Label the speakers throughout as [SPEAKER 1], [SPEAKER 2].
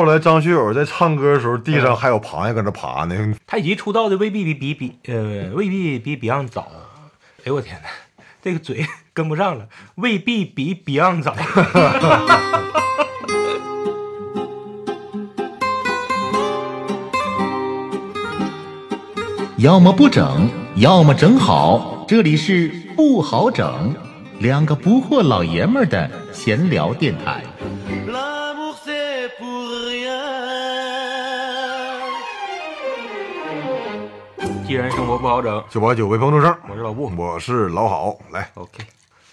[SPEAKER 1] 后来张学友在唱歌的时候，地上还有螃蟹搁那爬呢。
[SPEAKER 2] 他以及出道的未必比比比呃未必比 Beyond 早。哎呦我天哪，这个嘴跟不上了，未必比 Beyond 早。
[SPEAKER 3] 要么不整，要么整好。这里是不好整，两个不惑老爷们儿的闲聊电台。
[SPEAKER 4] L'amour c'est pour rien.
[SPEAKER 2] 既然生活不好整
[SPEAKER 1] 九八九为朋友生，
[SPEAKER 2] 我是老布
[SPEAKER 1] 我是老好，来
[SPEAKER 2] ，OK，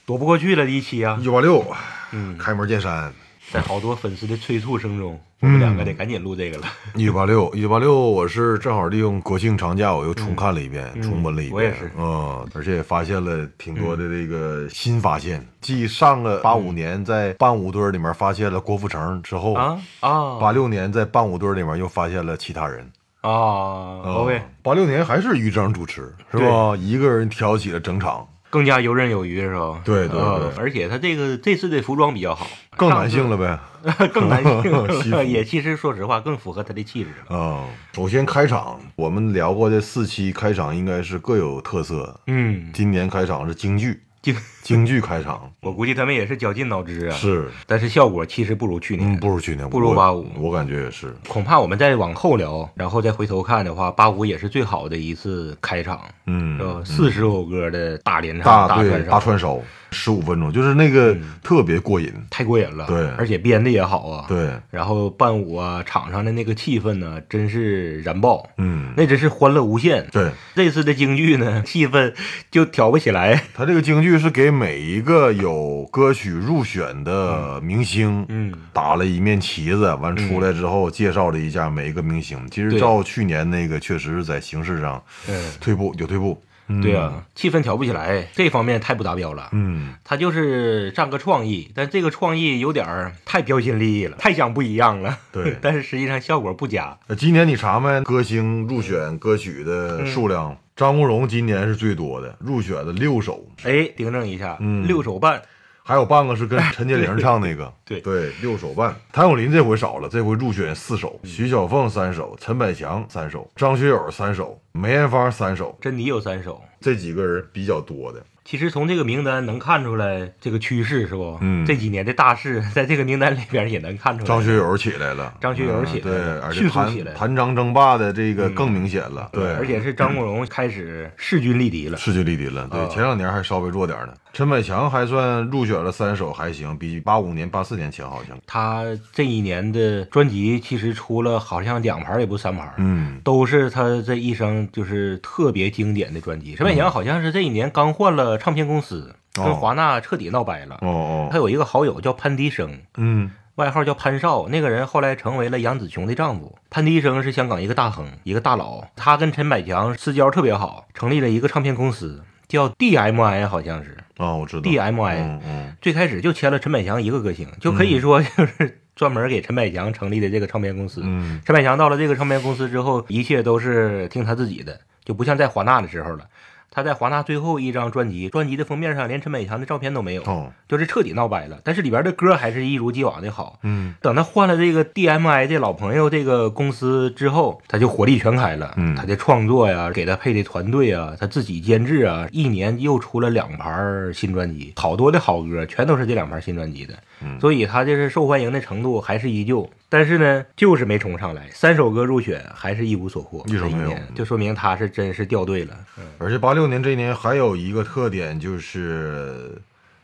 [SPEAKER 2] 躲不过去了这一期啊
[SPEAKER 1] 一，九八六，
[SPEAKER 2] 嗯
[SPEAKER 1] 开门见山，
[SPEAKER 2] 在好多粉丝的催促声中，我们两个得赶紧录这个了。
[SPEAKER 1] 一九八六，一九八六，我是正好利用国庆长假，我又重看了一遍，重温了一遍，
[SPEAKER 2] 嗯我也是
[SPEAKER 1] 嗯，而且也发现了挺多的这个新发现，
[SPEAKER 2] 嗯
[SPEAKER 1] 继上个八五年在伴舞队里面发现了郭富城之后，
[SPEAKER 2] 啊啊
[SPEAKER 1] 八六年在伴舞队里面又发现了其他人。呃
[SPEAKER 2] 啊！OK，
[SPEAKER 1] 八六年还是于正主持是吧？一个人挑起了整场，
[SPEAKER 2] 更加游刃有余是吧？
[SPEAKER 1] 对对
[SPEAKER 2] 啊
[SPEAKER 1] 对
[SPEAKER 2] 而且他这个这次的服装比较 好，
[SPEAKER 1] 更男性了呗。
[SPEAKER 2] 上次，更男性
[SPEAKER 1] 西
[SPEAKER 2] 了，
[SPEAKER 1] 服
[SPEAKER 2] 也其实说实话更符合他的气质了。
[SPEAKER 1] 啊、首先开场，我们聊过的四期开场应该是各有特色。
[SPEAKER 2] 嗯，
[SPEAKER 1] 今年开场是京剧，
[SPEAKER 2] 这
[SPEAKER 1] 京剧开场
[SPEAKER 2] 我估计他们也是绞尽脑汁啊，
[SPEAKER 1] 是，
[SPEAKER 2] 但是效果其实不如去年，
[SPEAKER 1] 嗯，不如去年，
[SPEAKER 2] 不如
[SPEAKER 1] 我
[SPEAKER 2] 85
[SPEAKER 1] 我感觉也是。
[SPEAKER 2] 恐怕我们再往后聊，然后再回头看的话，八五也是最好的一次开场，
[SPEAKER 1] 嗯
[SPEAKER 2] 是吧？呃四十首歌的大连唱、
[SPEAKER 1] 大
[SPEAKER 2] 大嗯
[SPEAKER 1] 对
[SPEAKER 2] 串
[SPEAKER 1] 大
[SPEAKER 2] 烧，
[SPEAKER 1] 串烧，十五分钟，就是那个特别过瘾。
[SPEAKER 2] 太过瘾了。
[SPEAKER 1] 对
[SPEAKER 2] 而且编的也好啊。，
[SPEAKER 1] 对，
[SPEAKER 2] 然后伴舞啊，场上的那个气氛呢，真是燃爆，
[SPEAKER 1] 嗯，
[SPEAKER 2] 那真是欢乐无限。
[SPEAKER 1] 对
[SPEAKER 2] 这次的京剧呢，气氛就挑不起来。
[SPEAKER 1] 他这个京剧是给每一个有歌曲入选的明星，
[SPEAKER 2] 嗯，
[SPEAKER 1] 打了一面旗子，完出来之后介绍了一下每一个明星。其实
[SPEAKER 2] 对
[SPEAKER 1] 照去年那个，确实是在形式上
[SPEAKER 2] 嗯，
[SPEAKER 1] 退步有退步。嗯
[SPEAKER 2] 对，啊，气氛挑不起来，这方面太不达标了。
[SPEAKER 1] 嗯，
[SPEAKER 2] 他就是上个创意，但这个创意有点儿太标新立异了，太想不一样了。
[SPEAKER 1] 对
[SPEAKER 2] 但是实际上效果不佳。
[SPEAKER 1] 呃今年你查没歌星入选歌曲的数量？
[SPEAKER 2] 嗯
[SPEAKER 1] 张国荣今年是最多的，入选了六首，
[SPEAKER 2] 哎，订正一下，
[SPEAKER 1] 嗯
[SPEAKER 2] 六手半，
[SPEAKER 1] 还有半个是跟陈洁玲唱那个。
[SPEAKER 2] 对
[SPEAKER 1] 对，六首半。谭咏麟这回少了，这回入选四首，
[SPEAKER 2] 嗯
[SPEAKER 1] 徐小凤三首，陈百强三首，张学友三首，梅艳芳三首，
[SPEAKER 2] 真迪有三首。
[SPEAKER 1] 这几个人比较多的。
[SPEAKER 2] 其实从这个名单能看出来这个趋势，是不？
[SPEAKER 1] 嗯
[SPEAKER 2] 这几年的大势在这个名单里边也能看出来。
[SPEAKER 1] 张学友起来了，
[SPEAKER 2] 张学友起来了
[SPEAKER 1] 对，而
[SPEAKER 2] 迅
[SPEAKER 1] 且
[SPEAKER 2] 速起来
[SPEAKER 1] 谭谭张争霸的这个更明显了，对，
[SPEAKER 2] 而且是张国荣开始势均力敌了。
[SPEAKER 1] 势均力敌了，对，
[SPEAKER 2] 啊
[SPEAKER 1] 前两年还稍微弱点呢。陈百强还算入选了三首，还行，比八五年、八四年强好像。
[SPEAKER 2] 他这一年的专辑其实出了好像两盘儿也不是三盘儿，
[SPEAKER 1] 嗯，
[SPEAKER 2] 都是他这一生就是特别经典的专辑。陈百强好像是这一年刚换了唱片公司，
[SPEAKER 1] 嗯哦
[SPEAKER 2] 跟华纳彻底闹掰了。
[SPEAKER 1] 哦
[SPEAKER 2] 他
[SPEAKER 1] 哦，
[SPEAKER 2] 有一个好友叫潘迪生，
[SPEAKER 1] 嗯，
[SPEAKER 2] 外号叫潘少，那个人后来成为了杨紫琼的丈夫。潘迪生是香港一个大亨，一个大佬，他跟陈百强私交特别好，成立了一个唱片公司，叫 DMI，好像是
[SPEAKER 1] 啊，我知道。
[SPEAKER 2] DMI。
[SPEAKER 1] 嗯嗯，
[SPEAKER 2] 最开始就签了陈百强一个歌星，就可以说就是专门给陈百强成立的这个唱片公司。
[SPEAKER 1] 嗯
[SPEAKER 2] 陈百强到了这个唱片公司之后，一切都是听他自己的，就不像在华纳的时候了。他在华纳最后一张专辑，专辑的封面上连陈百强的照片都没有，
[SPEAKER 1] 哦，
[SPEAKER 2] 就是彻底闹掰了。但是里边的歌还是一如既往的好。
[SPEAKER 1] 嗯
[SPEAKER 2] 等他换了这个 DMI 这老朋友这个公司之后，他就火力全开了。
[SPEAKER 1] 嗯
[SPEAKER 2] 他的创作呀，给他配的团队啊，他自己监制啊，一年又出了两盘儿新专辑，好多的好歌全都是这两盘儿新专辑的。
[SPEAKER 1] 嗯
[SPEAKER 2] 所以他就是受欢迎的程度还是依旧，但是呢，就是没冲上来，三首歌入选还是一无所获，
[SPEAKER 1] 一首
[SPEAKER 2] 这
[SPEAKER 1] 没有嗯
[SPEAKER 2] 年就说明他是真是掉队了。嗯
[SPEAKER 1] 而且八六年这一年还有一个特点就是，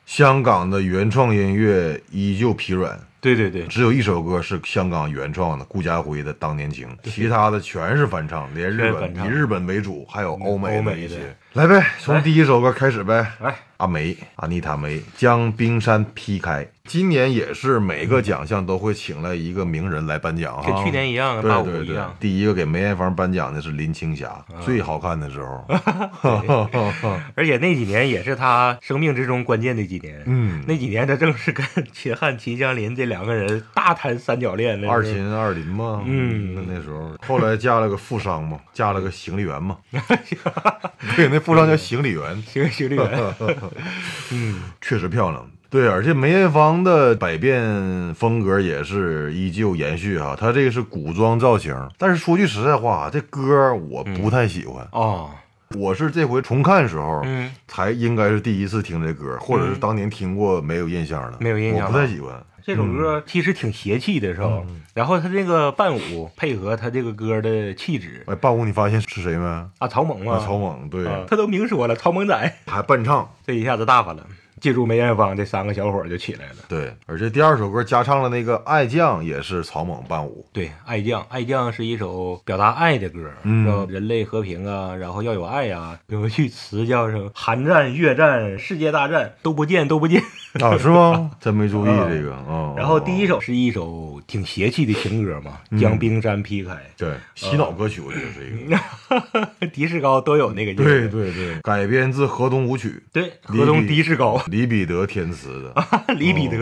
[SPEAKER 1] 香港的原创音乐依旧疲软。
[SPEAKER 2] 对对对，
[SPEAKER 1] 只有一首歌是香港原创的，顾嘉辉的《当年情》，其他的全是翻唱，连日本以
[SPEAKER 2] 全是翻唱嗯
[SPEAKER 1] 日本为主，还有欧美
[SPEAKER 2] 欧
[SPEAKER 1] 的
[SPEAKER 2] 美
[SPEAKER 1] 一
[SPEAKER 2] 的
[SPEAKER 1] 些。来呗，从第一首歌开始呗。
[SPEAKER 2] 来，
[SPEAKER 1] 阿梅，阿妮塔梅，将冰山劈开。今年也是每个奖项都会请来一个名人来颁奖
[SPEAKER 2] 跟
[SPEAKER 1] 哈。
[SPEAKER 2] 去年一样，
[SPEAKER 1] 对
[SPEAKER 2] 八五
[SPEAKER 1] 对
[SPEAKER 2] 一
[SPEAKER 1] 对
[SPEAKER 2] 样，。嗯
[SPEAKER 1] 第一个给梅艳芳颁奖的是林青霞，最好看的时 候。
[SPEAKER 2] 而且那几年也是他生命之中关键的几年。
[SPEAKER 1] 嗯，
[SPEAKER 2] 那几年他正是跟秦汉、齐江林这两个人大谈三角恋的时候
[SPEAKER 1] 二，秦二林嘛，
[SPEAKER 2] 嗯
[SPEAKER 1] 那那时候，后来嫁了个富商 嘛，嫁了个行李员嘛，对，那富商叫行李员，
[SPEAKER 2] 行行李员，
[SPEAKER 1] 确实漂亮。对，而且梅艳芳的百变风格也是依旧延续哈、她这个是古装造型，但是说句实在话，这歌我不太喜欢。
[SPEAKER 2] 哦，
[SPEAKER 1] 我是这回重看时候，
[SPEAKER 2] 嗯，
[SPEAKER 1] 才应该是第一次听这歌，或者是当年听过没有印象的，
[SPEAKER 2] 没有印象
[SPEAKER 1] 我不太喜欢。
[SPEAKER 2] 这首
[SPEAKER 1] 嗯
[SPEAKER 2] 歌其实挺邪气的，是吧？然后他这个伴舞配合他这个歌的气质
[SPEAKER 1] 哎，伴舞你发现是谁没？啊，
[SPEAKER 2] 啊，草蜢啊，
[SPEAKER 1] 曹猛，对，
[SPEAKER 2] 啊他都明说了，草蜢仔，
[SPEAKER 1] 还伴唱，
[SPEAKER 2] 这一下子大发了。借助梅艳芳，这三个小伙儿就起来了。
[SPEAKER 1] 对，而且第二首歌加唱了那个《爱将》，也是曹猛伴舞。
[SPEAKER 2] 对，《爱将》，《爱将》是一首表达爱的歌，
[SPEAKER 1] 嗯
[SPEAKER 2] 说人类和平啊，然后要有爱啊。有一句词叫什么“韩战、越战、世界大战都不见，都不见”。
[SPEAKER 1] 啊，是吗？ 真没注意这个啊。哦
[SPEAKER 2] 嗯然后第一首是一首挺邪气的情歌嘛，将冰山劈 开。
[SPEAKER 1] 对洗脑歌曲，我觉得是
[SPEAKER 2] 嗯
[SPEAKER 1] 一个。
[SPEAKER 2] 迪士高都有那个音
[SPEAKER 1] 对
[SPEAKER 2] 乐。
[SPEAKER 1] 对对，改编自河东舞曲，
[SPEAKER 2] 对，河东迪士高，
[SPEAKER 1] 李彼得填词的。
[SPEAKER 2] 李彼得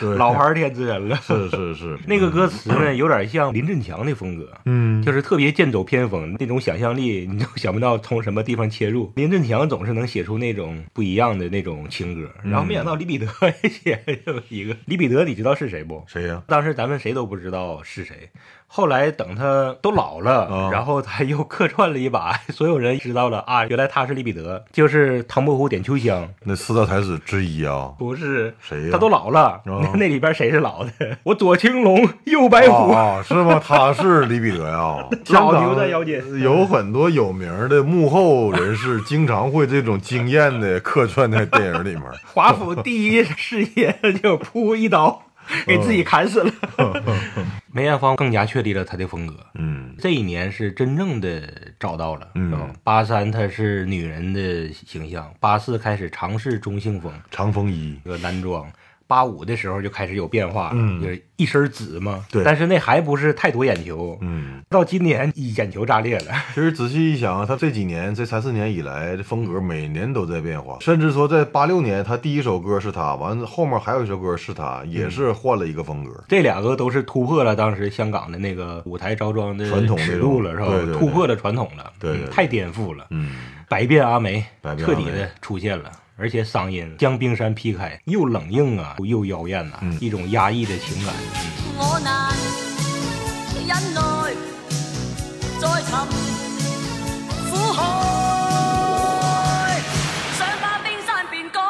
[SPEAKER 1] 对，
[SPEAKER 2] 啊老牌天之人了。
[SPEAKER 1] 是是是，
[SPEAKER 2] 那个歌词呢，有点像林振强的风格，
[SPEAKER 1] 嗯，
[SPEAKER 2] 就是特别剑走偏锋，那种想象力你都想不到从什么地方切入。林振强总是能写出那种不一样的那种情歌，然后没想到李彼得也写了这么一个。李彼得，你知道是谁不？
[SPEAKER 1] 谁呀？
[SPEAKER 2] 当时咱们谁都不知道是谁，后来等他都老了，
[SPEAKER 1] 啊
[SPEAKER 2] 然后他又客串了一把，所有人知道了啊，原来他是李彼得，就是唐伯虎点秋香，
[SPEAKER 1] 那四大才子之一啊。
[SPEAKER 2] 不是
[SPEAKER 1] 谁呀嗯
[SPEAKER 2] 他都老了，那那里边谁是老的？我左青龙，右白虎，
[SPEAKER 1] 啊，是吗？他是李彼得呀，
[SPEAKER 2] 老牛的
[SPEAKER 1] 的
[SPEAKER 2] 妖精
[SPEAKER 1] 有很多有名的幕后人士，经常会这种惊艳的客串在电影里面。
[SPEAKER 2] 华府第一事业就噗一
[SPEAKER 1] 嗯
[SPEAKER 2] 刀给自己砍死了。梅艳芳更加确立了她的风格，
[SPEAKER 1] 嗯，
[SPEAKER 2] 这一年是真正的找到了，
[SPEAKER 1] 嗯
[SPEAKER 2] 是吧？八三她是女人的形象，八四开始尝试中性风，
[SPEAKER 1] 长风衣，
[SPEAKER 2] 这个男装。八五的时候就开始有变化了，
[SPEAKER 1] 嗯
[SPEAKER 2] 就是一身紫嘛。
[SPEAKER 1] 对
[SPEAKER 2] 但是那还不是太夺眼球，
[SPEAKER 1] 嗯，
[SPEAKER 2] 到今年眼球炸裂了。
[SPEAKER 1] 其实仔细一想，他这几年这三四年以来，这风格每年都在变化，甚至说在八六年，他第一首歌是他，完后面还有一首歌是他，也是换了一个风格。
[SPEAKER 2] 这两个都是突破了当时香港的那个舞台着装的
[SPEAKER 1] 传统那种
[SPEAKER 2] 尺度了，是吧？
[SPEAKER 1] 对对对
[SPEAKER 2] 突破了传统了，
[SPEAKER 1] 对对对
[SPEAKER 2] 嗯太颠覆了。
[SPEAKER 1] 嗯，
[SPEAKER 2] 百变阿梅
[SPEAKER 1] 百变阿
[SPEAKER 2] 彻
[SPEAKER 1] 梅
[SPEAKER 2] 底的出现了，而且嗓音将冰山劈开，又冷硬啊，又妖艳呐、
[SPEAKER 1] 嗯
[SPEAKER 2] 一种压抑的情感。
[SPEAKER 5] 我难忍耐，再寻苦海，想把冰山变改，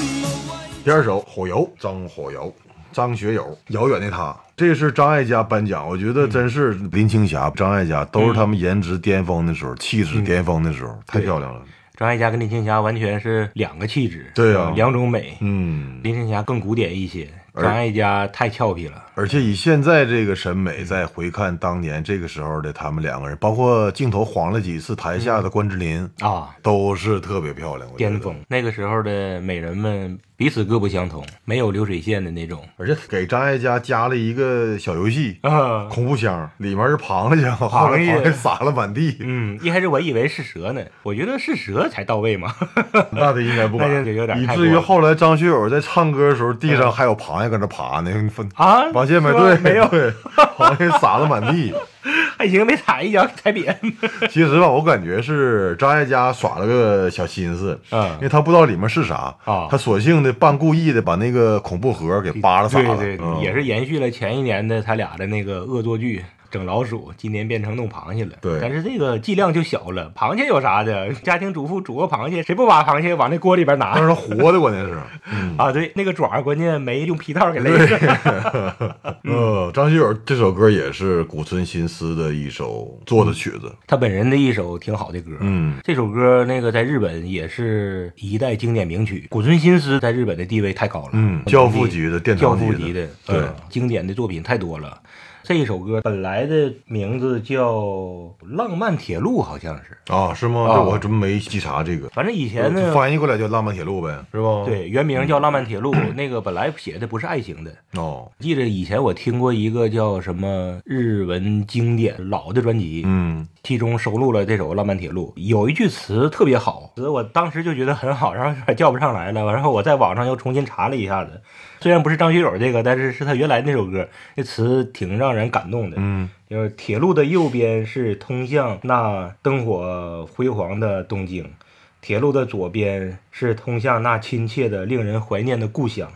[SPEAKER 5] 无谓。
[SPEAKER 1] 第二首《火油》，张火油，张学友，《遥远的他》，这是张艾嘉颁奖，我觉得真是嗯林青霞、张艾嘉都是他们颜值巅峰的时候，气质巅峰的时候，太漂亮了。
[SPEAKER 2] 张艾嘉跟林青霞完全是两个气质，
[SPEAKER 1] 对啊
[SPEAKER 2] 两种美。
[SPEAKER 1] 嗯，
[SPEAKER 2] 林青霞更古典一些，
[SPEAKER 1] 而
[SPEAKER 2] 张艾嘉太俏皮了。
[SPEAKER 1] 而且以现在这个审美，再回看当年这个时候的他们两个人，包括镜头晃了几次台下的关之琳。
[SPEAKER 2] 啊，
[SPEAKER 1] 都是特别漂亮，我觉得
[SPEAKER 2] 巅峰。那个时候的美人们彼此各不相同，没有流水线的那种
[SPEAKER 1] 而且给张艾嘉加了一个小游戏，
[SPEAKER 2] 啊。
[SPEAKER 1] 恐怖箱里面是螃 蟹，后来螃蟹撒了满地，
[SPEAKER 2] 嗯，一开始我以为是蛇呢，我觉得是蛇才到位嘛。
[SPEAKER 1] 那得应该不
[SPEAKER 2] 那
[SPEAKER 1] 敢，
[SPEAKER 2] 就有点
[SPEAKER 1] 以
[SPEAKER 2] 太
[SPEAKER 1] 至于
[SPEAKER 2] 过了嗯
[SPEAKER 1] 后来张学友在唱歌的时候，地上还有螃蟹搁那爬呢，你分
[SPEAKER 2] 啊
[SPEAKER 1] 发现没？
[SPEAKER 2] 是吗
[SPEAKER 1] 对，
[SPEAKER 2] 没有
[SPEAKER 1] 对，螃蟹撒了满 地。
[SPEAKER 2] 还行，没踩一脚 踩扁。
[SPEAKER 1] 其实吧，我感觉是张艾嘉耍了个小心思，
[SPEAKER 2] 嗯
[SPEAKER 1] 因为他不知道里面是啥
[SPEAKER 2] 啊
[SPEAKER 1] 他索性的半故意的把那个恐怖盒给扒拉撒了，
[SPEAKER 2] 对对，
[SPEAKER 1] 嗯
[SPEAKER 2] 也是延续了前一年的他俩的那个恶作剧。整老鼠，今年变成弄螃蟹了。
[SPEAKER 1] 对
[SPEAKER 2] 但是这个剂量就小了。螃蟹有啥的？家庭主妇煮个螃蟹，谁不把螃蟹往那锅里边拿
[SPEAKER 1] 但是他活的关键是。
[SPEAKER 2] 啊？对，那个爪儿关键没用皮套给 勒上。
[SPEAKER 1] 呃，张学友这首歌也是古村新司的一首做的曲子。
[SPEAKER 2] 他本人的一首挺好的歌，
[SPEAKER 1] 嗯，
[SPEAKER 2] 这首歌那个在日本也是一代经典名曲，古村新司在日本的地位太高了，
[SPEAKER 1] 嗯教父级的殿
[SPEAKER 2] 教
[SPEAKER 1] 堂级的
[SPEAKER 2] 父级的，
[SPEAKER 1] 对
[SPEAKER 2] 呃经典的作品太多了。这一首歌本来的名字叫《浪漫铁路》，好像是，
[SPEAKER 1] 啊，是吗？
[SPEAKER 2] 啊
[SPEAKER 1] 这我还真没细查这个，
[SPEAKER 2] 反正以前
[SPEAKER 1] 呃就
[SPEAKER 2] 呢，
[SPEAKER 1] 翻译过来叫《浪漫铁路》呗，是吧？，
[SPEAKER 2] 对原名叫《浪漫铁路》，那个本来写的不是爱情的。
[SPEAKER 1] 哦，
[SPEAKER 2] 记得以前我听过一个叫什么日文经典老的专辑，
[SPEAKER 1] 嗯，
[SPEAKER 2] 其中收录了这首《浪漫铁路》，有一句词特别好，词我当时就觉得很好，然后有点叫不上来了。然后我在网上又重新查了一下子，虽然不是张学友这个，但是是他原来那首歌，那词挺让人感动的。
[SPEAKER 1] 嗯，
[SPEAKER 2] 就是铁路的右边是通向那灯火辉煌的东京，铁路的左边是通向那亲切的、令人怀念的故乡。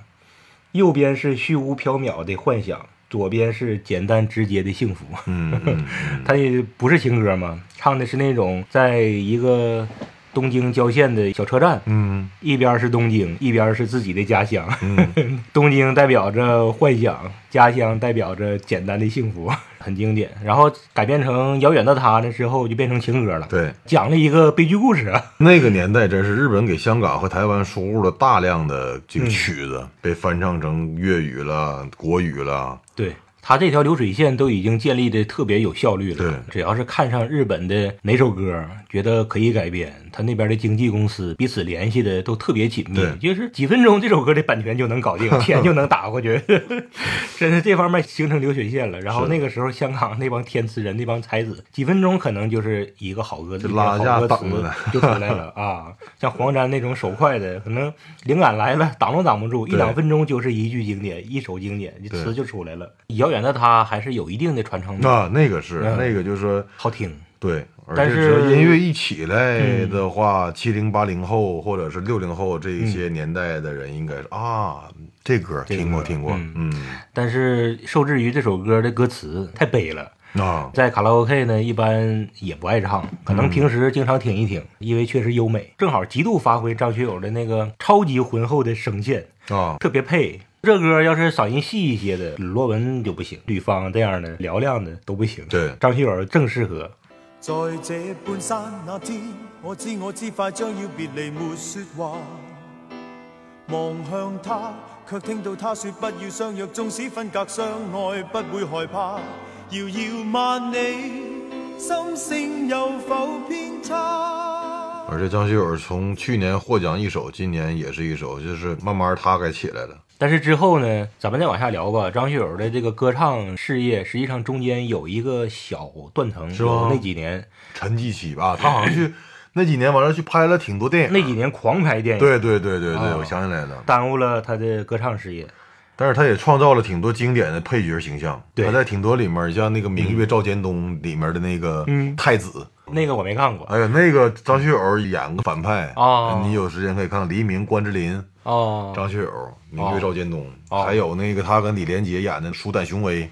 [SPEAKER 2] 右边是虚无缥缈的幻想，左边是简单直接的幸福。
[SPEAKER 1] 嗯嗯
[SPEAKER 2] 它也不是情歌嘛，唱的是那种在一个东京郊县的小车站，
[SPEAKER 1] 嗯
[SPEAKER 2] 一边是东京，一边是自己的家乡。
[SPEAKER 1] 嗯嗯
[SPEAKER 2] 东京代表着幻想，家乡代表着简单的幸福，很经典。然后改编成《遥远的他》的时候，就变成情歌了。
[SPEAKER 1] 对，
[SPEAKER 2] 讲了一个悲剧故事。啊
[SPEAKER 1] 那个年代真是日本给香港和台湾输入了大量的这个曲子，被翻唱成粤语了、国语了。
[SPEAKER 2] 对他这条流水线都已经建立的特别有效率了。
[SPEAKER 1] 对
[SPEAKER 2] 只要是看上日本的哪首歌，觉得可以改编，他那边的经纪公司彼此联系的都特别紧密
[SPEAKER 1] 对，
[SPEAKER 2] 就是几分钟这首歌的版权就能 搞定，钱就能打过去， 真是这方面形成流水线了。然后
[SPEAKER 1] 是
[SPEAKER 2] 那个时候香港那帮天词人那帮才子，几分钟可能就是一个好歌词，
[SPEAKER 1] 拉
[SPEAKER 2] 一个
[SPEAKER 1] 架
[SPEAKER 2] 好歌
[SPEAKER 1] 挡着呢
[SPEAKER 2] 词就出来了啊。像黄沾那种手快的，可能灵感来了，挡都挡不住，一
[SPEAKER 1] 对
[SPEAKER 2] 两分钟就是一句经典，一首经典，这
[SPEAKER 1] 对啊
[SPEAKER 2] 词就出来了。遥远的他还是有一定的传承的，
[SPEAKER 1] 那那个是、
[SPEAKER 2] 嗯
[SPEAKER 1] 那个，就是说
[SPEAKER 2] 好听。
[SPEAKER 1] 对，而
[SPEAKER 2] 但
[SPEAKER 1] 且只要
[SPEAKER 2] 是嗯
[SPEAKER 1] 音乐一起来的话，七零八零后或者是六零后这一些年代的人，应该是、啊，这歌儿
[SPEAKER 2] 这个
[SPEAKER 1] 听过
[SPEAKER 2] 歌
[SPEAKER 1] 听过，嗯
[SPEAKER 2] 嗯但是受制于这首歌的歌词太悲了。
[SPEAKER 1] 啊，
[SPEAKER 2] 在卡拉 OK 呢，一般也不爱唱，可能平时经常听一
[SPEAKER 1] 嗯
[SPEAKER 2] 听，因为确实优美，正好极度发挥张学友的那个超级浑厚的声线，
[SPEAKER 1] 啊，
[SPEAKER 2] 特别配。这歌要是嗓音细一些的，罗文就不行，吕方这样的嘹亮的都不行。
[SPEAKER 1] 对
[SPEAKER 2] 张学友正适合。
[SPEAKER 6] 在这半山那天，我知我知快将要别离，没说话。望向他，却听到他说不要相约，纵使分隔相爱，不会害怕。遥遥万里，心性有否偏差？
[SPEAKER 1] 而且张学友从去年获奖一首，今年也是一首，就是慢慢他该起来了。
[SPEAKER 2] 但是之后呢，咱们再往下聊吧。张学友的这个歌唱事业，实际上中间有一个小断层，
[SPEAKER 1] 是吗
[SPEAKER 2] 有那几年，
[SPEAKER 1] 陈继希 吧，他好像去那几年完了去拍了挺多电影，
[SPEAKER 2] 那几年狂拍电影，
[SPEAKER 1] 对对对对对，
[SPEAKER 2] 啊
[SPEAKER 1] 我想起来了。
[SPEAKER 2] 耽误了他的歌唱事业。
[SPEAKER 1] 但是他也创造了挺多经典的配角形象，
[SPEAKER 2] 对
[SPEAKER 1] 他在挺多里面，像那个《明月照江东》里面的那个
[SPEAKER 2] 嗯
[SPEAKER 1] 太子，
[SPEAKER 2] 那个我没看过
[SPEAKER 1] 哎呀，那个张学友演个反派
[SPEAKER 2] 哦
[SPEAKER 1] 你有时间可以看《黎明》关之琳、
[SPEAKER 2] 哦，
[SPEAKER 1] 张学友、《明月照江东》
[SPEAKER 2] 哦
[SPEAKER 1] 还有那个他跟李连杰演的《鼠胆雄威》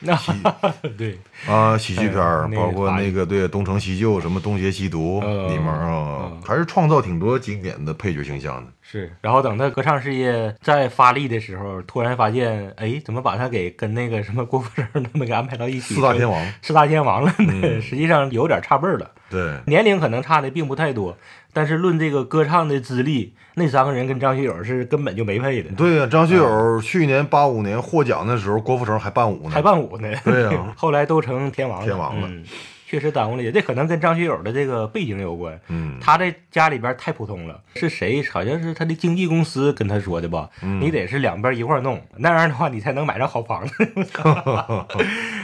[SPEAKER 2] 那
[SPEAKER 1] 喜
[SPEAKER 2] 对，
[SPEAKER 1] 啊，喜剧片儿、
[SPEAKER 2] 哎那个
[SPEAKER 1] 包括那个对《东成西就》什么《东邪西毒》
[SPEAKER 2] 嗯
[SPEAKER 1] 里面啊、还是创造挺多经典的配角形象的。
[SPEAKER 2] 是。然后等他歌唱事业再发力的时候，突然发现，哎，怎么把他给跟那个什么郭富城他们给安排到一起？
[SPEAKER 1] 四大天王，
[SPEAKER 2] 四大天王了呢，
[SPEAKER 1] 嗯
[SPEAKER 2] 实际上有点差辈儿了。
[SPEAKER 1] 对，
[SPEAKER 2] 年龄可能差的并不太多，但是论这个歌唱的资历，那三个人跟张学友是根本就没配的，
[SPEAKER 1] 对呀、啊张学友去年八五年获奖的时候，郭富城还伴舞呢，
[SPEAKER 2] 嗯还伴舞呢。
[SPEAKER 1] 对呀
[SPEAKER 2] 后来都成天王了。
[SPEAKER 1] 天王了
[SPEAKER 2] 嗯确实耽误了一点，这可能跟张学友的这个背景有关。
[SPEAKER 1] 嗯
[SPEAKER 2] 他在家里边太普通了，是谁？好像是他的经纪公司跟他说的吧？
[SPEAKER 1] 嗯
[SPEAKER 2] 你得是两边一块儿弄，那样的话你才能买上好房子。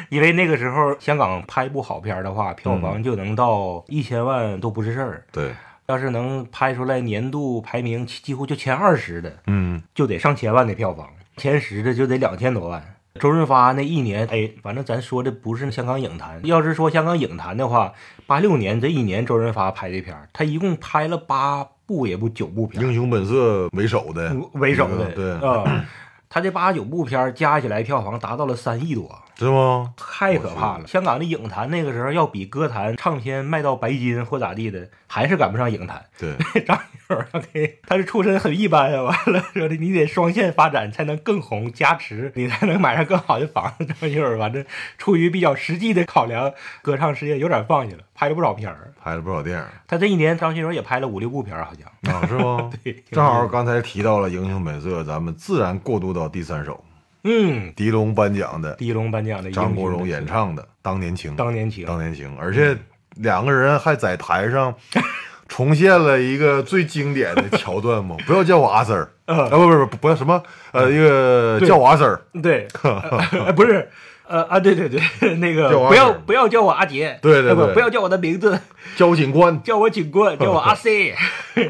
[SPEAKER 2] 因为那个时候香港拍一部好片儿的话，票房就能到一千万都不是事儿。
[SPEAKER 1] 对，
[SPEAKER 2] 要是能拍出来年度排名几几乎就前二十的，
[SPEAKER 1] 嗯，
[SPEAKER 2] 就得上千万的票房，前十的就得两千多万。周润发那一年，哎，反正咱说的不是香港影坛，要是说香港影坛的话，八六年这一年周润发拍的片儿，他一共拍了八部也不九部片儿，
[SPEAKER 1] 英雄本色为首的，
[SPEAKER 2] 为首的，
[SPEAKER 1] 嗯对
[SPEAKER 2] 啊、他这八九部片儿加起来票房达到了三亿多，
[SPEAKER 1] 是吗？
[SPEAKER 2] 太可怕了！香港的影坛那个时候要比歌坛唱片卖到白金或咋地的，还是赶不上影坛。
[SPEAKER 1] 对，
[SPEAKER 2] 张学友给他是出身很一般呀，完了说的你得双线发展才能更红，加持你才能买上更好的房子。张学友反正出于比较实际的考量，歌唱事业有点放弃了，拍了不少片儿。
[SPEAKER 1] 拍了不少电影。
[SPEAKER 2] 他这一年张学友也拍了五六部片儿，好像。
[SPEAKER 1] 啊，是吗？
[SPEAKER 2] 对
[SPEAKER 1] 正好刚才提到了《英雄本色》，咱们自然过渡到第三首，
[SPEAKER 2] 嗯，
[SPEAKER 1] 狄龙颁奖的，
[SPEAKER 2] 狄龙颁奖的
[SPEAKER 1] 张国荣
[SPEAKER 2] 英雄
[SPEAKER 1] 演唱的《当年情》，
[SPEAKER 2] 当年情
[SPEAKER 1] 当年情，而且两个人还在台上 重现了一个最经典的桥段 嘛，不要叫我阿 Sir，
[SPEAKER 2] 嗯
[SPEAKER 1] 啊，不不不，不要什么，呃，一个
[SPEAKER 2] 对
[SPEAKER 1] 叫我阿 Sir，
[SPEAKER 2] 对，呃不是。呃啊，对对对， 那个
[SPEAKER 1] 叫我阿
[SPEAKER 2] 不要
[SPEAKER 1] 姐
[SPEAKER 2] 不要叫我阿杰，
[SPEAKER 1] 对对
[SPEAKER 2] 呃不
[SPEAKER 1] 对
[SPEAKER 2] 不要叫我的名字，
[SPEAKER 1] 交警官，
[SPEAKER 2] 叫我警棍，叫我阿 C，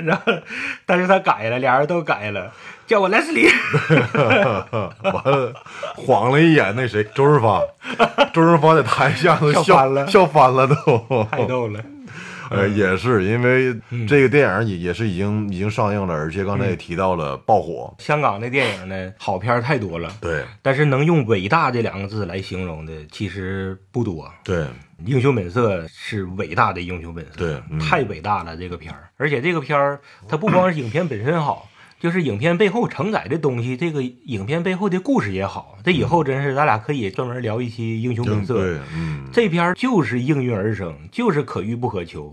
[SPEAKER 2] 然 后但是他改了，俩人都改了，叫我莱 斯利。
[SPEAKER 1] 完了，晃了一眼那谁，周 润发，周润发在台下都
[SPEAKER 2] 笑
[SPEAKER 1] 笑
[SPEAKER 2] 翻了
[SPEAKER 1] 笑翻了都。
[SPEAKER 2] 哎太逗了。
[SPEAKER 1] 呃，也是因为这个电影也也是已经已经上映了，而且刚才也提到了爆火，
[SPEAKER 2] 香港的电影呢，好片儿太多了，
[SPEAKER 1] 对
[SPEAKER 2] 但是能用伟大这两个字来形容的其实不多。
[SPEAKER 1] 对
[SPEAKER 2] 英雄本色是伟大的英雄本色，
[SPEAKER 1] 对嗯
[SPEAKER 2] 太伟大了这个片儿。而且这个片儿它不光是影片本身好，就是影片背后承载的东西，这个影片背后的故事也好。这以后真是咱俩可以专门聊一期英雄本
[SPEAKER 1] 嗯
[SPEAKER 2] 色，
[SPEAKER 1] 对，嗯，
[SPEAKER 2] 这片儿就是应运而生，就是可遇不可求。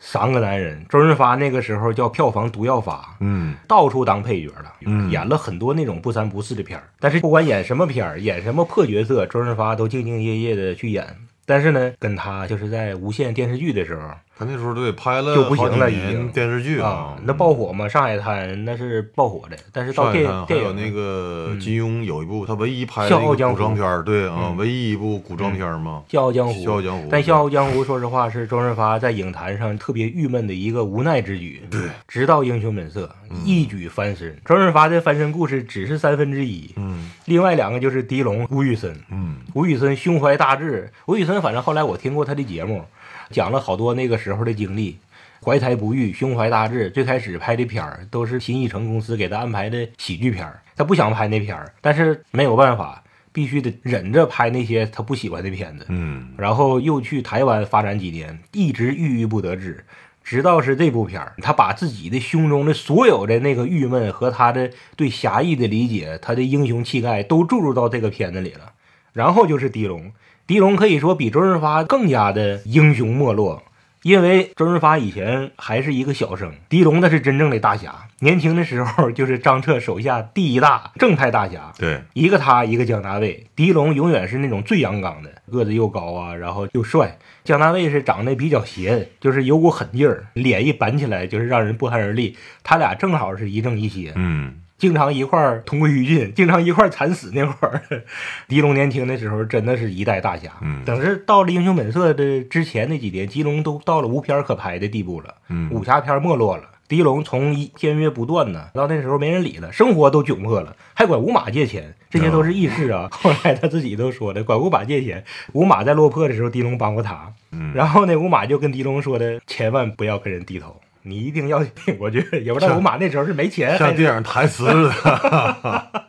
[SPEAKER 2] 三个男人，周润发那个时候叫票房毒药法，
[SPEAKER 1] 嗯，
[SPEAKER 2] 到处当配角了，
[SPEAKER 1] 嗯
[SPEAKER 2] 演了很多那种不三不四的片儿。但是不管演什么片儿，演什么破角色，周润发都兢兢业业的去演。但是呢，跟他就是在无线电视剧的时候，
[SPEAKER 1] 他那时候对拍了
[SPEAKER 2] 就不行
[SPEAKER 1] 好几
[SPEAKER 2] 了已
[SPEAKER 1] 年
[SPEAKER 2] 经
[SPEAKER 1] 电视剧
[SPEAKER 2] 啊，那爆火嘛，《上海滩》那是爆火的，但是
[SPEAKER 1] 上
[SPEAKER 2] 到
[SPEAKER 1] 海
[SPEAKER 2] 电
[SPEAKER 1] 滩啊还
[SPEAKER 2] 电
[SPEAKER 1] 有
[SPEAKER 2] 影
[SPEAKER 1] 那个金庸有一部，他唯一拍
[SPEAKER 2] 笑
[SPEAKER 1] 的一
[SPEAKER 2] 傲
[SPEAKER 1] 个
[SPEAKER 2] 江
[SPEAKER 1] 古装
[SPEAKER 2] 湖
[SPEAKER 1] 片儿，对啊，唯一一部古装片儿嘛，
[SPEAKER 2] 《笑傲江湖》，
[SPEAKER 1] 笑傲江湖
[SPEAKER 2] 但《
[SPEAKER 1] 对
[SPEAKER 2] 笑傲江湖》说实话是周润发在影坛上特别郁闷的一个无奈之举。对，直到《英雄本色》
[SPEAKER 1] 嗯
[SPEAKER 2] 一举翻身，周润发的翻身故事只是三分之一。
[SPEAKER 1] 嗯
[SPEAKER 2] 另外两个就是狄龙、吴宇森。
[SPEAKER 1] 嗯，
[SPEAKER 2] 吴宇森胸怀大志，吴宇森反正后来我听过他的节目，讲了好多那个时候的经历。怀才不遇，胸怀大志。最开始拍的片儿都是新艺城公司给他安排的喜剧片儿，他不想拍那片儿，但是没有办法，必须得忍着拍那些他不喜欢的片子。
[SPEAKER 1] 嗯，
[SPEAKER 2] 然后又去台湾发展几年，一直郁郁不得志。直到是这部片儿，他把自己的胸中的所有的那个郁闷和他的对侠义的理解，他的英雄气概都注入到这个片子里了。然后就是狄龙，狄龙可以说比周润发更加的英雄没落，因为周润发以前还是一个小生，狄龙那是真正的大侠，年轻的时候就是张彻手下第一大正派大侠。
[SPEAKER 1] 对，
[SPEAKER 2] 一个他，一个姜大卫。狄龙永远是那种最阳刚的，个子又高啊，然后又帅。姜大卫是长得比较邪，就是有股狠劲儿，脸一板起来就是让人不寒而栗。他俩正好是一正一邪，
[SPEAKER 1] 嗯
[SPEAKER 2] 经常一块儿同归于尽，经常一块儿惨死那会儿。 狄龙年轻的时候真的是一代大侠，
[SPEAKER 1] 嗯
[SPEAKER 2] 等是到了《英雄本色》的之前那几年，狄龙都到了无片儿可拍的地步了，
[SPEAKER 1] 嗯
[SPEAKER 2] 武侠片儿没落了。狄龙从一签约不断呢，到那时候没人理了，生活都窘迫了，还管五马借钱，这些都是轶事啊。 后来他自己都说的，管五马借钱，五马在落魄的时候，狄龙帮过他，
[SPEAKER 1] 嗯，
[SPEAKER 2] 然后呢，五马就跟狄龙说的，千万不要跟人低头，你一定要挺过去。也不知道
[SPEAKER 1] 像
[SPEAKER 2] 五马那时候是没钱，还
[SPEAKER 1] 像
[SPEAKER 2] 是啊
[SPEAKER 1] 电影台 词似的，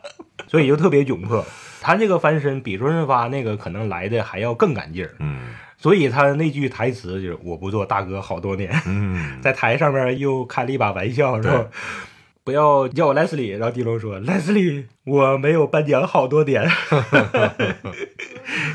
[SPEAKER 2] 所以就特别窘迫。他这个翻身比周润发那个可能来的还要更赶劲儿，
[SPEAKER 1] 嗯
[SPEAKER 2] 所以他那句台词就是“我不做大哥好多年”，
[SPEAKER 1] 嗯，
[SPEAKER 2] 在台上面又开了一把玩笑，
[SPEAKER 1] 对
[SPEAKER 2] 说不要叫我莱斯利。然后狄龙说：“莱斯利，我没有颁奖好多 年。”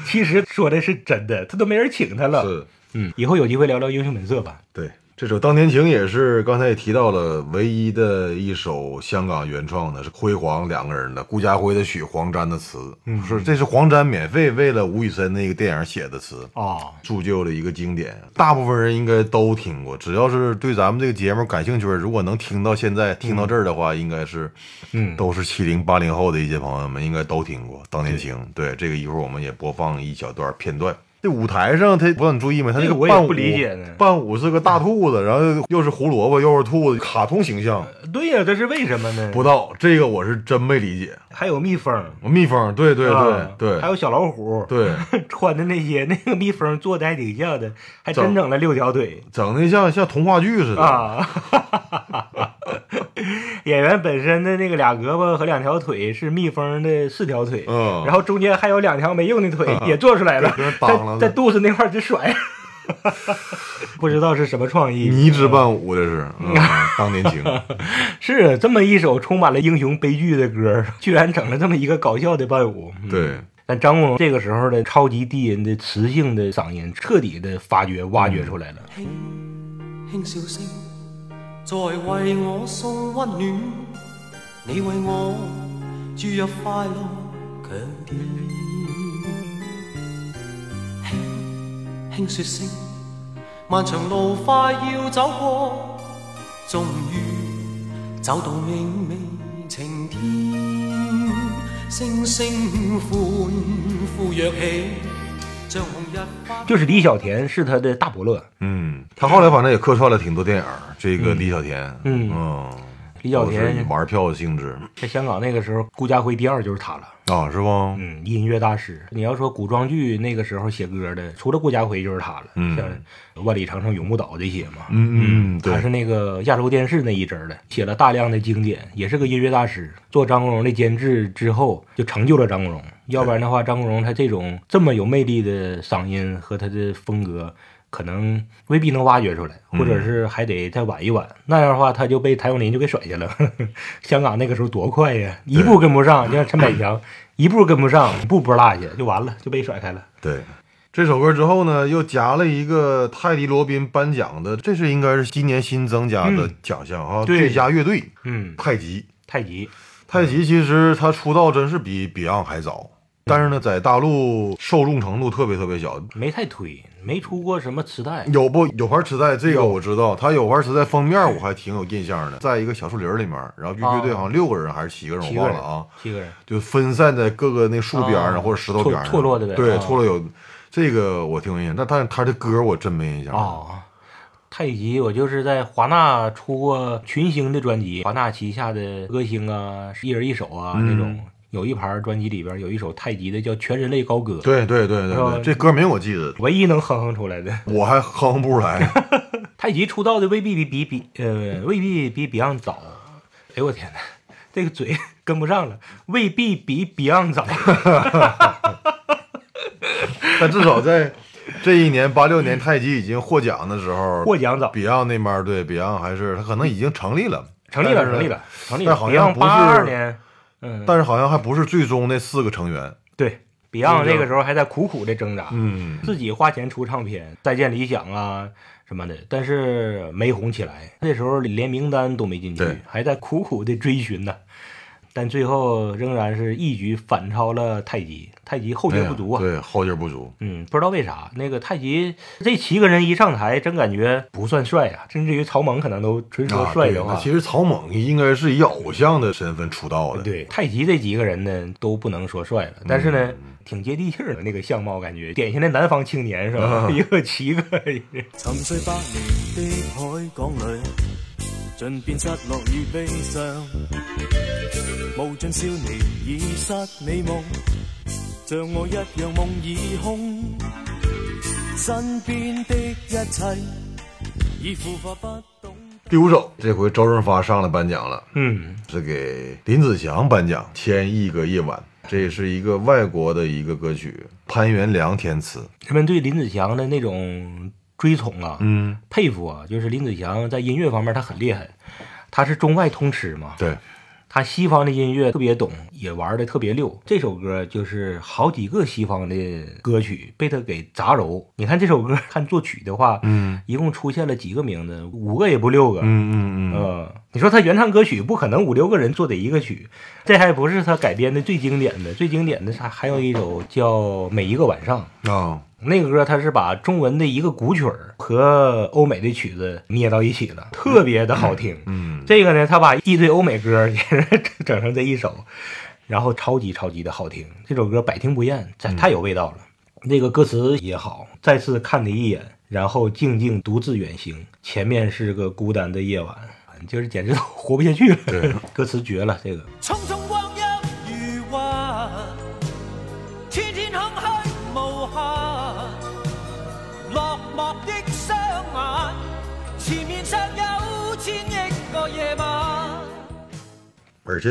[SPEAKER 2] 其实说的是真的，他都没人请他了。
[SPEAKER 1] 是。
[SPEAKER 2] 嗯，以后有机会聊聊《英雄本色》吧。
[SPEAKER 1] 对，这首《当年情》也是刚才也提到了，唯一的一首香港原创的，是辉煌两个人的，顾嘉辉的曲，黄沾的词，嗯、是这是黄沾免费为了吴宇森那个电影写的词。
[SPEAKER 2] 哦，
[SPEAKER 1] 铸就了一个经典，大部分人应该都听过。只要是对咱们这个节目感兴趣，如果能听到现在听到这儿的话，应该是，
[SPEAKER 2] 嗯
[SPEAKER 1] 都是七零八零后的一些朋友们应该都听过《当年情》。对，这个一会儿我们也播放一小段片段。这舞台上他，我很注意吗？他这
[SPEAKER 2] 这
[SPEAKER 1] 个
[SPEAKER 2] 个我也
[SPEAKER 1] 伴舞
[SPEAKER 2] 不理解呢
[SPEAKER 1] 伴舞是个大兔子，然后又是胡萝卜，又是兔子，卡通形象
[SPEAKER 2] 呃对呀、这是为什么呢？
[SPEAKER 1] 不到，这个我是真没理解。
[SPEAKER 2] 还有蜜蜂，
[SPEAKER 1] 蜜蜂，对对对
[SPEAKER 2] 啊
[SPEAKER 1] 对，
[SPEAKER 2] 还有小老虎，
[SPEAKER 1] 对，
[SPEAKER 2] 穿的那些那个蜜蜂做的还挺像的，还
[SPEAKER 1] 整
[SPEAKER 2] 真整了六条腿
[SPEAKER 1] 整的像像童话剧似的。
[SPEAKER 2] 啊！ 演员本身的那个俩胳膊和两条腿是蜜蜂的四条腿，
[SPEAKER 1] 嗯啊
[SPEAKER 2] 然后中间还有两条没用的腿也做出来了
[SPEAKER 1] 给人，绑了
[SPEAKER 2] 在在肚子那块儿直甩， 不知道是什么创意。
[SPEAKER 1] 迷之伴舞这 是，嗯，当年情，
[SPEAKER 2] 是这么一首充满了英雄悲剧的歌，居然整了这么一个搞笑的伴舞。嗯
[SPEAKER 1] 对，
[SPEAKER 2] 但张国荣这个时候的超级低音的磁性的嗓音，彻底的发掘挖
[SPEAKER 1] 嗯
[SPEAKER 2] 掘出来了。
[SPEAKER 4] 轻轻笑声，在为我送温暖。你为我注入快乐强电，轻轻说声，漫长路快要走过，终于走到明媚晴天。声声欢呼跃起，像红日花。
[SPEAKER 2] 就是李小田是他的大伯乐，
[SPEAKER 1] 嗯，他后来反正也客串了挺多电影儿，这个李小田，
[SPEAKER 2] 嗯
[SPEAKER 1] 嗯，
[SPEAKER 2] 比较
[SPEAKER 1] 都是
[SPEAKER 2] 甜。
[SPEAKER 1] 玩票的性质
[SPEAKER 2] 在香港那个时候，顾嘉辉第二就是他了。
[SPEAKER 1] 啊，是不？
[SPEAKER 2] 嗯，音乐大师。你要说古装剧那个时候写歌的，除了顾嘉辉就是他了，
[SPEAKER 1] 嗯
[SPEAKER 2] 像万里长城、永不倒这些嘛。
[SPEAKER 1] 嗯嗯，
[SPEAKER 2] 他
[SPEAKER 1] 对，
[SPEAKER 2] 是那个亚洲电视那一阵儿的，写了大量的经典，也是个音乐大师。做张国荣的监制之后，就成就了张国荣。要不然的话，张国荣他这种这么有魅力的嗓音和他的风格，可能未必能挖掘出来，或
[SPEAKER 1] 嗯
[SPEAKER 2] 者是还得再晚一晚。那样的话，他就被谭咏麟就给甩下了。 香港那个时候多快呀，一步跟不上，就像陈百强，一步跟不上，步步落下，就完了，就被甩开了。
[SPEAKER 1] 对。这首歌之后呢，又加了一个泰迪罗宾颁奖的，这是应该是今年新增加的奖项啊，
[SPEAKER 2] 对
[SPEAKER 1] 最佳乐队
[SPEAKER 2] 嗯，
[SPEAKER 1] 太极。
[SPEAKER 2] 太极，
[SPEAKER 1] 太极其实他出道真是比 Beyond 还早，但是呢，在大陆受众程度特别特别小。
[SPEAKER 2] 没太推，没出过什么磁带。
[SPEAKER 1] 有不有牌磁带？这个我知道，他有牌磁带封面我还挺有印象的，在一个小树林里面，然后乐队好像六个人还是七个人，
[SPEAKER 2] 啊七
[SPEAKER 1] 我
[SPEAKER 2] 个
[SPEAKER 1] 忘
[SPEAKER 2] 人
[SPEAKER 1] 了啊。
[SPEAKER 2] 七个人，
[SPEAKER 1] 就分散在各个那树边儿上、
[SPEAKER 2] 啊
[SPEAKER 1] 或者石头边儿上
[SPEAKER 2] 错错落的呗
[SPEAKER 1] 对，
[SPEAKER 2] 啊
[SPEAKER 1] 错落有这个我挺有印象，但但是他的歌我真没印象。
[SPEAKER 2] 哦，太极，我就是在华纳出过群星的专辑，华纳旗下的歌星啊，一人一首啊、
[SPEAKER 1] 嗯
[SPEAKER 2] 这种，有一盘专辑里边有一首太极的叫《全人类高歌》，
[SPEAKER 1] 对对对对
[SPEAKER 2] 然后
[SPEAKER 1] 对，这歌名我记得，
[SPEAKER 2] 唯一能哼哼出来的。
[SPEAKER 1] 我还哼不出来。
[SPEAKER 2] 太极出道的未必比比比呃
[SPEAKER 1] 嗯
[SPEAKER 2] 未必比 Beyond 早，哎呦我天哪，这个嘴跟不上了，未必比 Beyond 早。
[SPEAKER 1] 但至少在这一年八六年太极已经获奖的时候，
[SPEAKER 2] 获奖早
[SPEAKER 1] Beyond 那边儿对 Beyond 还是他可能已经成立了，
[SPEAKER 2] 成立
[SPEAKER 1] 但
[SPEAKER 2] 了，
[SPEAKER 1] 是
[SPEAKER 2] 成立了，成立了。
[SPEAKER 1] 但好像
[SPEAKER 2] Beyond
[SPEAKER 1] 不是
[SPEAKER 2] 八二年，嗯，
[SPEAKER 1] 但是好像还不是最终那四个成员。
[SPEAKER 2] 对，Beyond 那个时候还在苦苦的挣扎，
[SPEAKER 1] 嗯，
[SPEAKER 2] 自己花钱出唱片，《再见理想》啊什么的，但是没红起来。那时候连名单都没进去
[SPEAKER 1] 对，
[SPEAKER 2] 还在苦苦的追寻呢。但最后仍然是一举反超了太极，太极后
[SPEAKER 1] 哎
[SPEAKER 2] 劲
[SPEAKER 1] 呀
[SPEAKER 2] 不足啊。
[SPEAKER 1] 对，后劲儿不足。
[SPEAKER 2] 嗯，不知道为啥那个太极这七个人一上台，真感觉不算帅啊，甚至于曹猛可能都纯说
[SPEAKER 1] 啊
[SPEAKER 2] 帅
[SPEAKER 1] 对
[SPEAKER 2] 的话。
[SPEAKER 1] 那其实曹猛应该是以偶像的身份出道的。
[SPEAKER 2] 对太极这几个人呢，都不能说帅了，但是呢，
[SPEAKER 1] 嗯
[SPEAKER 2] 挺接地气儿的那个相貌，感觉典型的南方青年是 吧？一个七个，
[SPEAKER 6] 沉醉百年的海港里，盡變失落與悲傷。無盡少年已失美夢，像我一樣夢已空。身邊的一切已腐化不懂。
[SPEAKER 1] 第五首，这回周润发上来颁奖了，
[SPEAKER 2] 嗯，
[SPEAKER 1] 是给林子祥颁奖，《千亿个夜晚》，这是一个外国的一个歌曲，潘元良填词。
[SPEAKER 2] 人们对林子祥的那种追崇啊，
[SPEAKER 1] 嗯，
[SPEAKER 2] 佩服啊，就是林子祥在音乐方面他很厉害，他是中外通吃嘛，
[SPEAKER 1] 对，
[SPEAKER 2] 他西方的音乐特别懂，也玩的特别溜。这首歌就是好几个西方的歌曲被他给杂糅。你看这首歌，看作曲的话，
[SPEAKER 1] 嗯
[SPEAKER 2] 一共出现了几个名字？五个也不六个，
[SPEAKER 1] 嗯嗯嗯，
[SPEAKER 2] 嗯，你说他原唱歌曲不可能五六个人做的一个曲，这还不是他改编的最经典的，最经典的是还有一首叫《每一个晚上》。
[SPEAKER 1] 啊、
[SPEAKER 2] 那个歌他是把中文的一个古曲儿和欧美的曲子捏到一起了，特别的好听。
[SPEAKER 1] 嗯，
[SPEAKER 2] 这个呢，他把一堆欧美歌 也是整成这一首，然后超级超级的好听。这首歌百听不厌，这太有味道了。那个歌词也好，再次看你一眼，然后静静独自远行，前面是个孤单的夜晚，就是简直都 活不下去了。
[SPEAKER 1] 对，
[SPEAKER 2] 歌词绝了，这个
[SPEAKER 4] 匆匆光阴如云，天天空虚无限，落寞的雙眼，前面尚有千億個夜晚。
[SPEAKER 1] 而且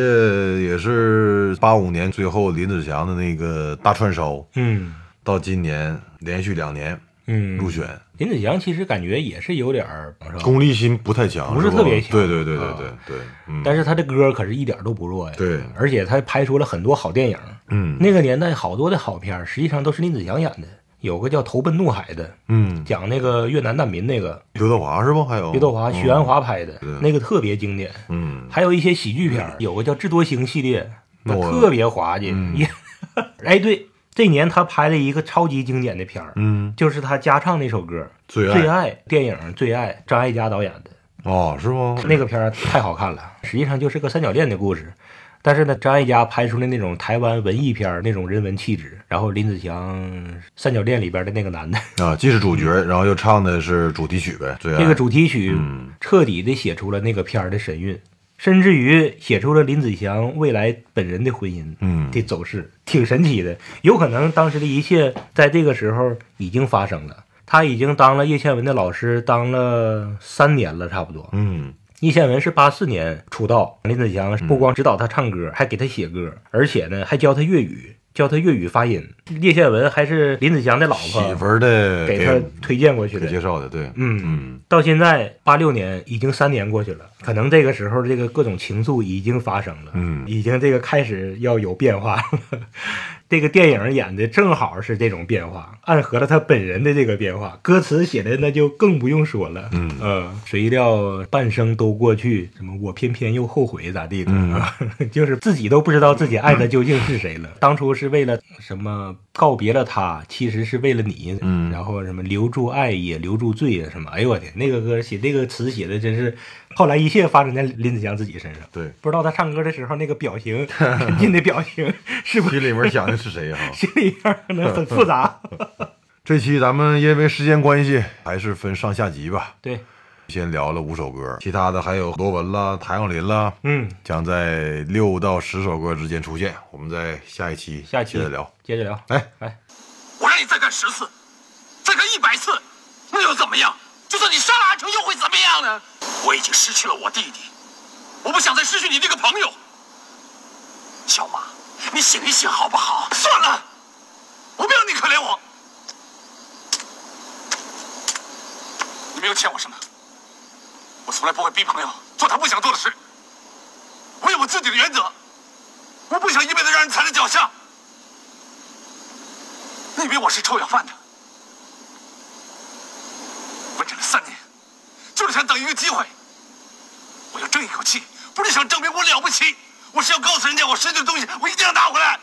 [SPEAKER 1] 也是八五年最后林子祥的那个大串烧，
[SPEAKER 2] 嗯
[SPEAKER 1] 到今年连续两年
[SPEAKER 2] 嗯，
[SPEAKER 1] 入选，
[SPEAKER 2] 林子祥其实感觉也是有点儿，是吧
[SPEAKER 1] 功利心不太强，
[SPEAKER 2] 不是
[SPEAKER 1] 吧
[SPEAKER 2] 特别强
[SPEAKER 1] 对对对对
[SPEAKER 2] 啊
[SPEAKER 1] 对对，嗯，
[SPEAKER 2] 但是他的歌可是一点都不弱呀。
[SPEAKER 1] 对
[SPEAKER 2] 而且他拍出了很多好电影。
[SPEAKER 1] 嗯
[SPEAKER 2] 那个年代好多的好片儿实际上都是林子祥演的。有个叫《投奔怒海》的，
[SPEAKER 1] 嗯，
[SPEAKER 2] 讲那个越南难民那个，
[SPEAKER 1] 刘德华是不？还有
[SPEAKER 2] 刘德华、徐安，华拍的
[SPEAKER 1] 哦对，
[SPEAKER 2] 那个特别经典。
[SPEAKER 1] 嗯，
[SPEAKER 2] 还有一些喜剧片儿，有个叫《智多星》系列，
[SPEAKER 1] 那我
[SPEAKER 2] 特别滑稽。
[SPEAKER 1] 嗯
[SPEAKER 2] 也 哎，对，这年他拍了一个超级经典的片儿，
[SPEAKER 1] 嗯，
[SPEAKER 2] 就是他加唱那首歌
[SPEAKER 1] 最
[SPEAKER 2] 《
[SPEAKER 1] 爱
[SPEAKER 2] 最爱》电影《最爱》，张艾嘉导演的。
[SPEAKER 1] 哦，是不？
[SPEAKER 2] 那个片儿太好看了，实际上就是个三角恋的故事。但是呢，张艾嘉拍出了那种台湾文艺片儿那种人文气质，然后林子祥三角恋里边的那个男的，
[SPEAKER 1] 啊，既是主角，然后又唱的是主题曲呗，最爱
[SPEAKER 2] 这个主题曲
[SPEAKER 1] 嗯
[SPEAKER 2] 彻底的写出了那个片儿的神韵。甚至于写出了林子祥未来本人的婚姻
[SPEAKER 1] 嗯
[SPEAKER 2] 的走势，挺神奇的。有可能当时的一切在这个时候已经发生了。他已经当了叶倩文的老师，当了三年了，差不多。
[SPEAKER 1] 嗯
[SPEAKER 2] 叶倩文是八四年出道，林子祥不光指导她唱歌，还给她写歌，而且呢还教她粤语，教她粤语发音。叶倩文还是林子祥的老婆，
[SPEAKER 1] 媳妇儿的
[SPEAKER 2] 给他推荐过去
[SPEAKER 1] 给
[SPEAKER 2] 的。
[SPEAKER 1] 介绍的，对，
[SPEAKER 2] 嗯，到现在八六年已经三年过去了，可能这个时候这个各种情愫已经发生了，
[SPEAKER 1] 嗯
[SPEAKER 2] 已经这个开始要有变化了。 这个电影演的正好是这种变化，暗合了他本人的这个变化，歌词写的那就更不用说了。
[SPEAKER 1] 嗯
[SPEAKER 2] 呃，谁料半生都过去，什么我偏偏又后悔咋地的，
[SPEAKER 1] 嗯
[SPEAKER 2] 啊， 就是自己都不知道自己爱的究竟是谁了。当初是为了什么告别了他，其实是为了你，
[SPEAKER 1] 嗯
[SPEAKER 2] 然后什么留住爱也留住罪啊什么，哎呦我天，那个歌写那个词写的真是，后来一切发展在林子祥自己身上。
[SPEAKER 1] 对，
[SPEAKER 2] 不知道他唱歌的时候那个 表情，沉浸的表情是不
[SPEAKER 1] 心
[SPEAKER 2] 是
[SPEAKER 1] 里面想的是谁哈、啊
[SPEAKER 2] 心里边儿可能很复杂？
[SPEAKER 1] 这期咱们因为时间关系，还是分上下集吧。
[SPEAKER 2] 对，
[SPEAKER 1] 先聊了五首歌，其他的还有罗文啦、谭咏麟啦，
[SPEAKER 2] 嗯，
[SPEAKER 1] 将在六到十首歌之间出现。我们在下一期
[SPEAKER 2] 下期
[SPEAKER 1] 接着聊。，
[SPEAKER 2] 接着聊，
[SPEAKER 1] 哎
[SPEAKER 2] 哎，
[SPEAKER 7] 我让你再干十次，再干一百次，那又怎么样？就算你杀了阿成，又会怎么样呢？我已经失去了我弟弟，我不想再失去你这个朋友。小马，你醒一醒好不好？算了，我不要你可怜我。你没有欠我什么，我从来不会逼朋友做他不想做的事。我有我自己的原则，我不想一辈子让人踩在脚下。你以为我是臭要饭的？我忍了三年，就是想等一个机会。我要争一口气，不是想证明我了不起，我是要告诉人家我失去的东西，我一定要拿回来。